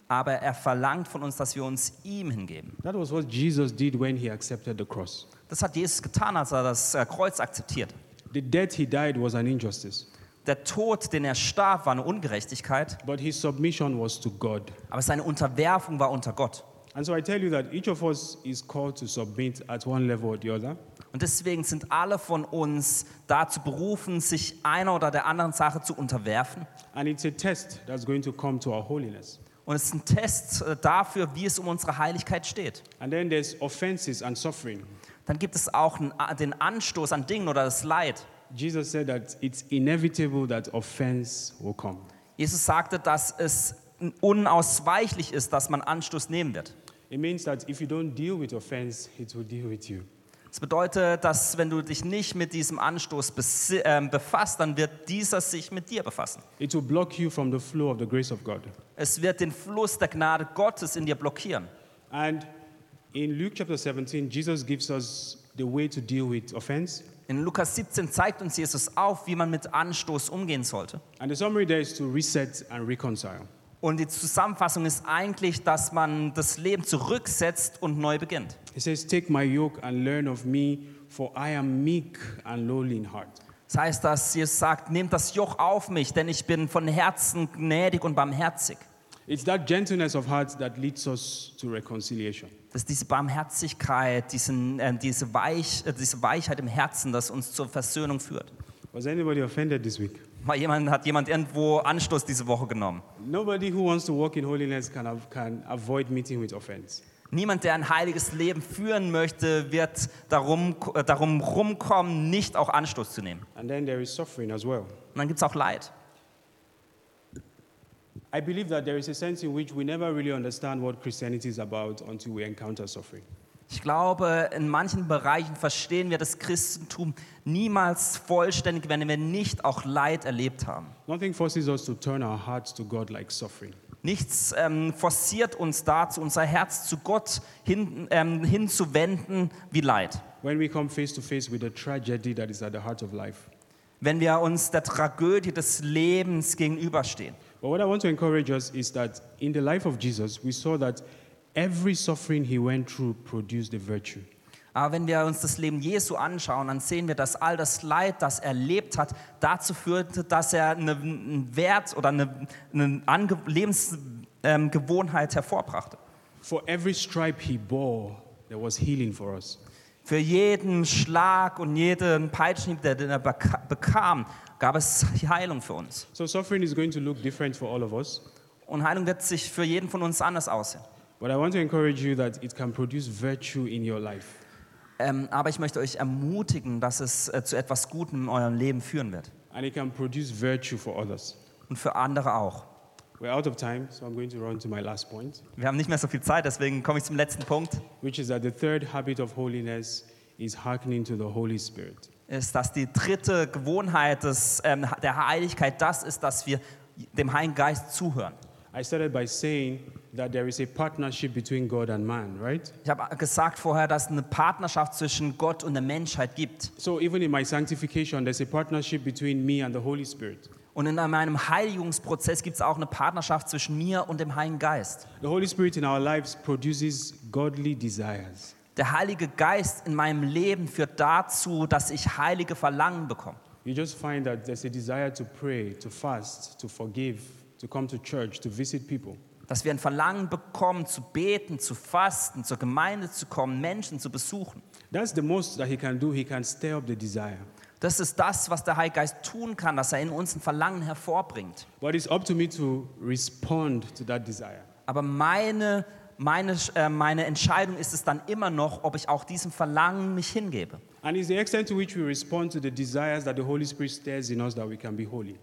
aber er verlangt von uns, dass wir uns ihm hingeben. That was what Jesus did when he accepted the cross. Das hat Jesus getan, als er das äh, Kreuz akzeptiert. The death he died was an injustice, Der Tod, den er starb, war eine Ungerechtigkeit, but his submission was to God. aber seine Unterwerfung war unter Gott. And so I tell you that each of us is called to submit at one level or the other, Und deswegen sind alle von uns dazu berufen, sich einer oder der anderen Sache zu unterwerfen. and it's a test that's going to come to our holiness. Und es ist ein Test äh, dafür, wie es um unsere Heiligkeit steht. And then there's offenses and suffering. Dann gibt es auch einen A- den Anstoß an Dingen oder das Leid. Jesus said that it's inevitable that offense will come. Jesus sagte, dass es unausweichlich ist, dass man Anstoß nehmen wird. It means that if you don't deal with offense, it will deal with you. Das bedeutet, dass wenn du dich nicht mit diesem Anstoß bes- ähm, befasst, dann wird dieser sich mit dir befassen. It will block you from the flow of the grace of God. Es wird den Fluss der Gnade Gottes in dir blockieren. And in Luke chapter 17, Jesus gives us the way to deal with offense. In Lukas 17 zeigt uns Jesus auf, wie man mit Anstoß umgehen sollte. And the summary there is to reset and reconcile. Und die Zusammenfassung ist eigentlich, dass man das Leben zurücksetzt und neu beginnt. He says, Take my yoke and learn of me, for I am meek and lowly in heart. Das heißt, dass Jesus sagt, nehmt das Joch auf mich, denn ich bin von Herzen gnädig und barmherzig. It's that gentleness of heart that leads us to reconciliation. Dass diese Barmherzigkeit, diesen, äh, diese, Weich, äh, diese Weichheit im Herzen, das uns zur Versöhnung führt. Was anybody offended this week? Mal jemand, hat jemand irgendwo Anstoß diese Woche genommen. Nobody who wants to walk in holiness can, av- can avoid meeting with offense. Niemand, der ein heiliges Leben führen möchte, wird darum, äh, darum rumkommen, nicht auch Anstoß zu nehmen. And then there is suffering as well. Und dann gibt es auch Leid. I believe that there is a sense in which we never really understand what Christianity is about until we encounter suffering. Ich glaube, in manchen Bereichen verstehen wir das Christentum niemals vollständig, wenn wir nicht auch Leid erlebt haben. Nothing forces us to turn our hearts to God like suffering. Nichts ähm, forciert uns dazu, unser Herz zu Gott hin, ähm, hinzuwenden wie Leid. When we come face to face with the tragedy that is at the heart of life, wenn wir uns der Tragödie des Lebens gegenüberstehen. But what I want to encourage us is that in the life of Jesus, we saw that every suffering he went through produced a virtue. Aber wenn wir uns das Leben Jesu anschauen, dann sehen wir, dass all das Leid, das er erlebt hat, dazu führte, dass er eine- einen Wert oder eine, eine Ange Lebensgewohnheit hervorbrachte. For every stripe he bore, there was healing for us. Für jeden Schlag und jeden Peitschenhieb, der- den er beka- bekam, gab es Heilung für uns. So suffering is going to look different for all of us, Und Heilung wird sich für jeden von uns anders aussehen. but I want to encourage you that it can produce virtue in your life. Ähm, aber ich möchte euch ermutigen, dass es äh, zu etwas Gutem in eurem Leben führen wird. And it can produce virtue for others. Und für andere auch. We're out of time, so I'm going to run to my last point, Wir haben nicht mehr so viel Zeit, deswegen komme ich zum letzten Punkt. which is that the third habit of holiness is hearkening to the Holy Spirit. Ist, dass die dritte Gewohnheit des, ähm, der Heiligkeit das ist, dass wir dem Heiligen Geist zuhören. I started by saying that there is a partnership between God and man, right? Ich habe gesagt vorher, dass es eine Partnerschaft zwischen Gott und der Menschheit gibt. So even in my sanctification, there's a partnership between me and the Holy Spirit. Und in meinem Heiligungsprozess gibt es auch eine Partnerschaft zwischen mir und dem Heiligen Geist. The Holy Spirit in our lives produces godly desires. Der Heilige Geist in meinem Leben führt dazu, dass ich heilige Verlangen bekomme. You just find that there's a desire to pray, to fast, to forgive, to come to church, to visit people. Dass wir ein Verlangen bekommen, zu beten, zu fasten, zur Gemeinde zu kommen, Menschen zu besuchen. That's the most that He can do. He can stir up the desire. Das ist das, was der Heilige Geist tun kann, dass er in uns ein Verlangen hervorbringt. But it's up to me to respond to that desire. Aber meine, meine, äh, meine Entscheidung ist es dann immer noch, ob ich auch diesem Verlangen mich hingebe. And it's the extent to which we respond to the desires that the Holy Spirit stirs in us that we can be holy.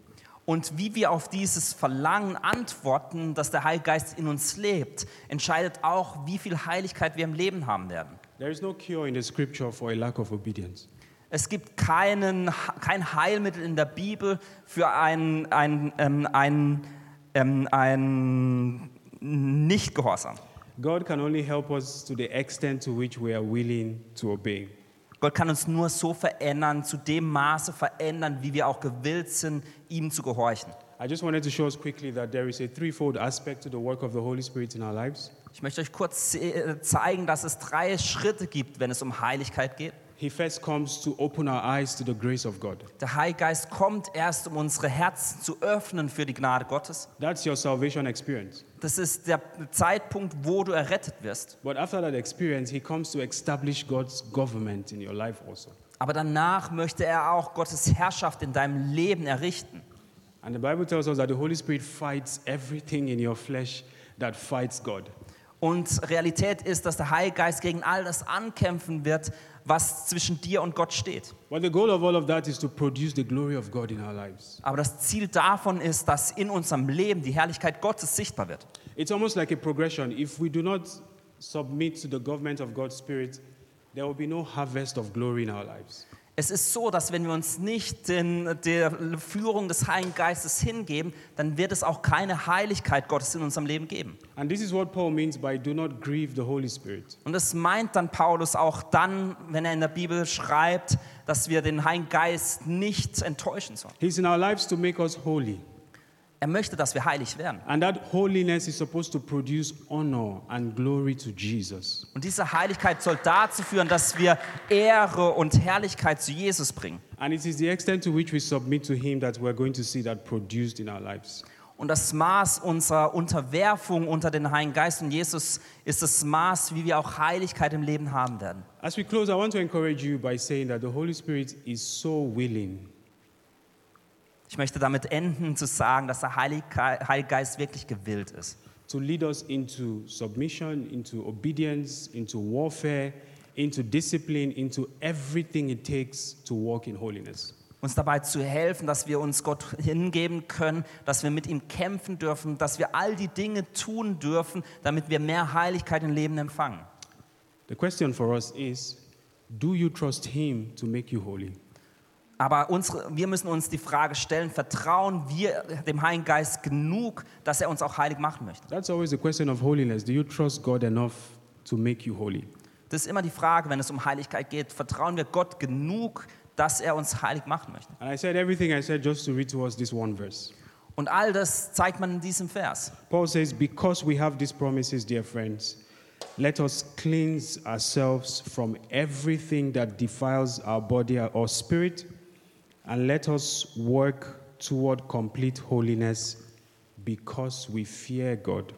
Und wie wir auf dieses Verlangen antworten, dass der Heilige Geist in uns lebt, entscheidet auch, wie viel Heiligkeit wir im Leben haben werden. There is no cure in the scripture for a lack of obedience. Es gibt keinen, kein Heilmittel in der Bibel für ein, ein, ähm, ein, ähm, ein Nichtgehorsam. God can only help us to the extent to which we are willing to obey. Gott kann uns nur so verändern, zu dem Maße verändern, wie wir auch gewillt sind, ihm zu gehorchen. I just wanted to show us quickly that there is a threefold aspect to the work of the Holy Spirit in our lives. Ich möchte euch kurz äh, zeigen, dass es drei Schritte gibt, wenn es um Heiligkeit geht. He first comes to open our eyes to the grace of God. Der Heilige Geist kommt erst, um unsere Herzen zu öffnen für die Gnade Gottes. That's your salvation experience. Das ist der Zeitpunkt, wo du errettet wirst. But after that experience, He comes to establish God's government in your life also. Aber danach möchte er auch Gottes Herrschaft in deinem Leben errichten. And the Bible tells us that the Holy Spirit fights everything in your flesh that fights God. Und Realität ist, dass der Heilige Geist gegen all das ankämpfen wird, was zwischen dir und Gott steht. But the goal of all of that is to produce the glory of God in our lives. Aber das Ziel davon ist, dass in unserem Leben die Herrlichkeit Gottes sichtbar wird. It's almost like a progression. If we do not submit to the government of God's Spirit, there will be no harvest of glory in our lives. Es ist so, dass wenn wir uns nicht den, der Führung des Heiligen Geistes hingeben, dann wird es auch keine Heiligkeit Gottes in unserem Leben geben. And this is what Paul means by do not grieve the Holy Spirit. Und das meint dann Paulus auch dann, wenn er in der Bibel schreibt, dass wir den Heiligen Geist nicht enttäuschen sollen. He's in our lives to make us holy. Er möchte, dass wir heilig werden. And that holiness is supposed to produce honor and glory to Jesus. Und diese Heiligkeit soll dazu führen, dass wir Ehre und Herrlichkeit zu Jesus bringen. And it is the extent to which we submit to Him that we're going to see that produced in our lives. Und das Maß unserer Unterwerfung unter den Heiligen Geist und Jesus ist das Maß, wie wir auch Heiligkeit im Leben haben werden. As we close, I want to encourage you by saying that the Holy Spirit is so willing. Ich möchte damit enden zu sagen, dass der Heilige Heilige Geist wirklich gewillt ist. to lead us into submission, into obedience, into warfare, into discipline, into everything it takes to walk in holiness. Uns dabei zu helfen, dass wir uns Gott hingeben können, dass wir mit ihm kämpfen dürfen, dass wir all die Dinge tun dürfen, damit wir mehr Heiligkeit im Leben empfangen. The question for us is do you trust Him to make you holy? Aber unsere, wir müssen uns die Frage stellen, vertrauen wir dem Heiligen Geist genug, dass er uns auch heilig machen möchte? That's always the question of holiness. Do you trust God enough to make you holy? Das ist immer die Frage, wenn es um Heiligkeit geht. Vertrauen wir Gott genug, dass er uns heilig machen möchte. And I said everything I said just to read to us this one verse. Und all das zeigt man in diesem Vers. Paul says, Because we have these promises, dear friends, let us cleanse ourselves from everything that defiles our body or spirit, and let us work toward complete holiness because we fear God.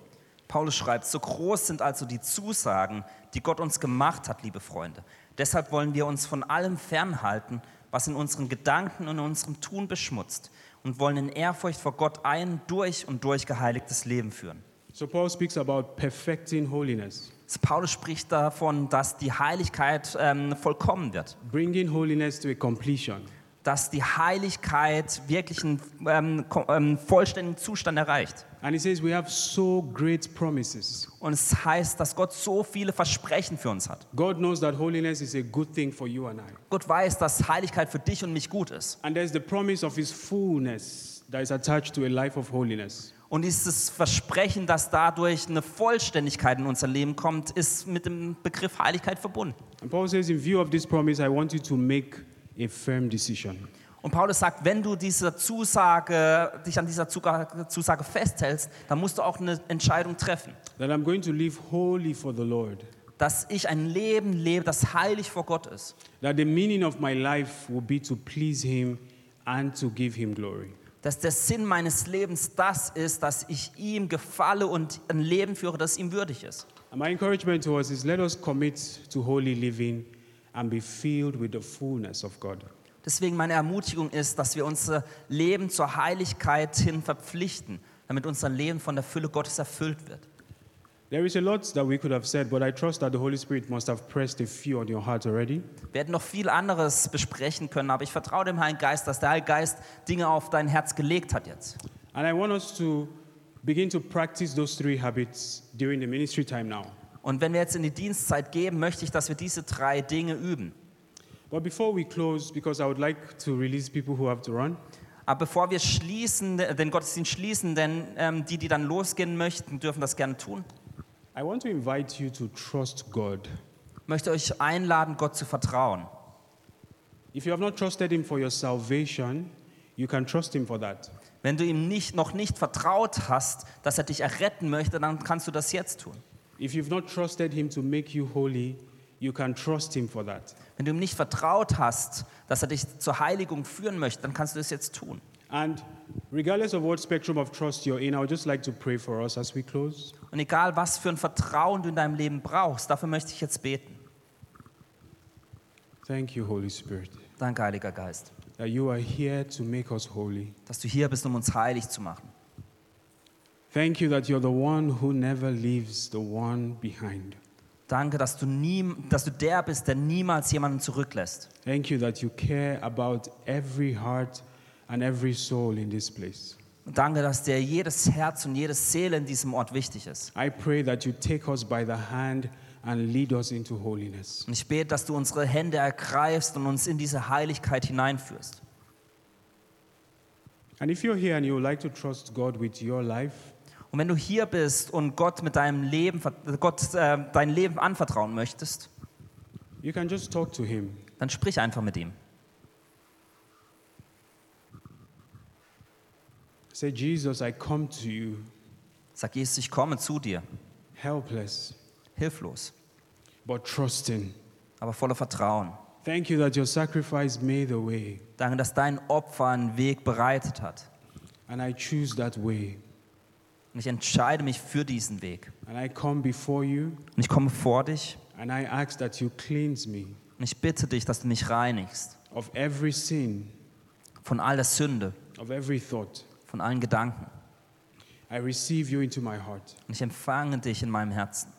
Paulus schreibt, so groß sind also die Zusagen, die Gott uns gemacht hat, liebe Freunde. Deshalb wollen wir uns von allem fernhalten, was in unseren Gedanken und in unserem Tun beschmutzt und wollen in Ehrfurcht vor Gott ein durch und durch geheiligtes Leben führen. So Paul speaks about perfecting holiness, So Paulus spricht davon, dass die Heiligkeit ähm, vollkommen wird, bringing holiness to a completion. dass die Heiligkeit wirklich einen ähm, ko- ähm, vollständigen Zustand erreicht. And he says, We have so great promises. Und es heißt, dass Gott so viele Versprechen für uns hat. God knows that holiness is a good thing for you and I. Gott weiß, dass Heiligkeit für dich und mich gut ist. And there's the promise of his fullness that is attached to a life of holiness. Und dieses Versprechen, dass dadurch eine Vollständigkeit in unser Leben kommt, ist mit dem Begriff Heiligkeit verbunden. And Paul says, in view of this promise, I want you to make a firm decision. Und Paulus sagt, wenn du dieser Zusage, dich an dieser Zuga- Zusage festhältst, dann musst du auch eine Entscheidung treffen, That I'm going to live holy for the Lord. dass ich ein Leben lebe, das heilig vor Gott ist, That the meaning of my life will be to please him and to give him glory. dass der Sinn meines Lebens das ist, dass ich ihm gefalle und ein Leben führe, das ihm würdig ist. And my encouragement to us is let us commit to holy living and be filled with the fullness of God. Deswegen meine Ermutigung ist, dass wir unser Leben zur Heiligkeit hin verpflichten, damit unser Leben von der Fülle Gottes erfüllt wird. There is a lot that we could have said, but I trust that the Holy Spirit must have pressed a few on your heart already. Wir hätten noch viel anderes besprechen können, aber ich vertraue dem Heiligen Geist, dass der Heilige Geist Dinge auf dein Herz gelegt hat jetzt. And I want us to begin to practice those three habits during the ministry time now. Und wenn wir jetzt in die Dienstzeit gehen, möchte ich, dass wir diese drei Dinge üben. But before we close, because I would like to release people who have to run, Aber bevor wir schließen, den Gottesdienst schließen, denn ähm, die, die dann losgehen möchten, dürfen das gerne tun, I want to invite you to trust God. möchte euch einladen, Gott zu vertrauen. If you have not trusted Him for your salvation, you can trust Him for that. Wenn du ihm nicht, noch nicht vertraut hast, dass er dich erretten möchte, dann kannst du das jetzt tun. If you've not trusted Him to make you holy, you can trust Him for that. Wenn du ihm nicht vertraut hast, dass er dich zur Heiligung führen möchte, dann kannst du das jetzt tun. And regardless of what spectrum of trust you're in, I would just like to pray for us as we close. Und egal, was für ein Vertrauen du in deinem Leben brauchst, dafür möchte ich jetzt beten. Thank you, Holy Spirit, Danke, Heiliger Geist, that you are here to make us holy. dass du hier bist, um uns heilig zu machen. Thank you that you're the one who never leaves the one behind. Danke, dass du, nie, dass du der bist, der niemals jemanden zurücklässt. Thank you that you care about every heart and every soul in this place. Und danke, dass dir jedes Herz und jede Seele in diesem Ort wichtig ist. I pray that you take us by the hand and lead us into holiness. Und ich bete, dass du unsere Hände ergreifst und uns in diese Heiligkeit hineinführst. And if you're here and you would like to trust God with your life, Und wenn du hier bist und Gott mit deinem Leben, ver- Gott äh, dein Leben anvertrauen möchtest, you can just talk to Him. dann sprich einfach mit ihm. Say, Jesus, I come to you, Sag Jesus, ich komme zu dir, helpless, hilflos, but trusting. aber voller Vertrauen. Thank you that your sacrifice made a way, Danke, dass dein Opfer einen Weg bereitet hat. and I choose that way. Und ich entscheide mich für diesen Weg. And I come before you, Und ich komme vor dich and I ask that you cleanse me und ich bitte dich, dass du mich reinigst of every sin, von all der Sünde, of every thought. von allen Gedanken. I receive you into my heart. Und ich empfange dich in meinem Herzen.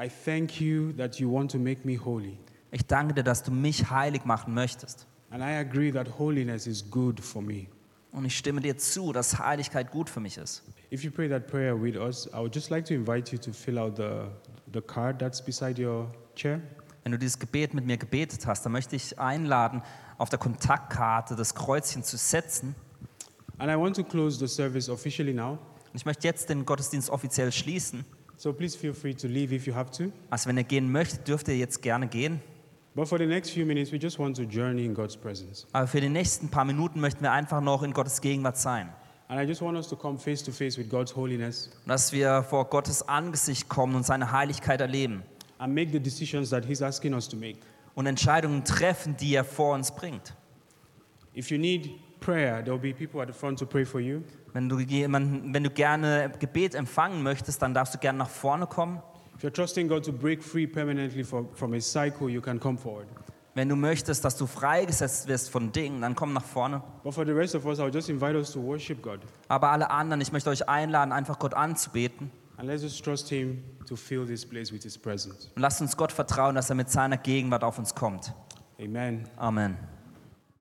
I thank you that you want to make me holy. Ich danke dir, dass du mich heilig machen möchtest. And I agree that holiness is good for me. Und ich stimme dir zu, dass Heiligkeit gut für mich ist. If you pray that prayer with us, I would just like to invite you to fill out the, the card that's beside your chair. Wenn du dieses Gebet mit mir gebetet hast, dann möchte ich einladen, auf der Kontaktkarte das Kreuzchen zu setzen. And I want to close the service officially now. Und ich möchte jetzt den Gottesdienst offiziell schließen. So please feel free to leave if you have to. Also wenn ihr gehen möchtet, dürft ihr jetzt gerne gehen. But for the next few minutes, we just want to journey in God's presence. Aber für die nächsten paar Minuten möchten wir einfach noch in Gottes Gegenwart sein. And I just want us to come face to face with God's holiness Und dass wir vor Gottes Angesicht kommen und seine Heiligkeit erleben and make the decisions that He's asking us to make. und Entscheidungen treffen, die er vor uns bringt. If you need prayer, there will be people at the front to pray for you. Wenn du, jemanden, wenn du gerne Gebet empfangen möchtest, dann darfst du gerne nach vorne kommen. If you're trusting God to break free permanently from, from a cycle, you can come forward. Wenn du möchtest, dass du freigesetzt wirst von Dingen, dann komm nach vorne. But for the rest of us, I'll just invite us to worship God. Aber alle anderen, ich möchte euch einladen, einfach Gott anzubeten And let's just trust Him to fill this place with His presence. und lasst uns Gott vertrauen, dass er mit seiner Gegenwart auf uns kommt. Amen. Amen.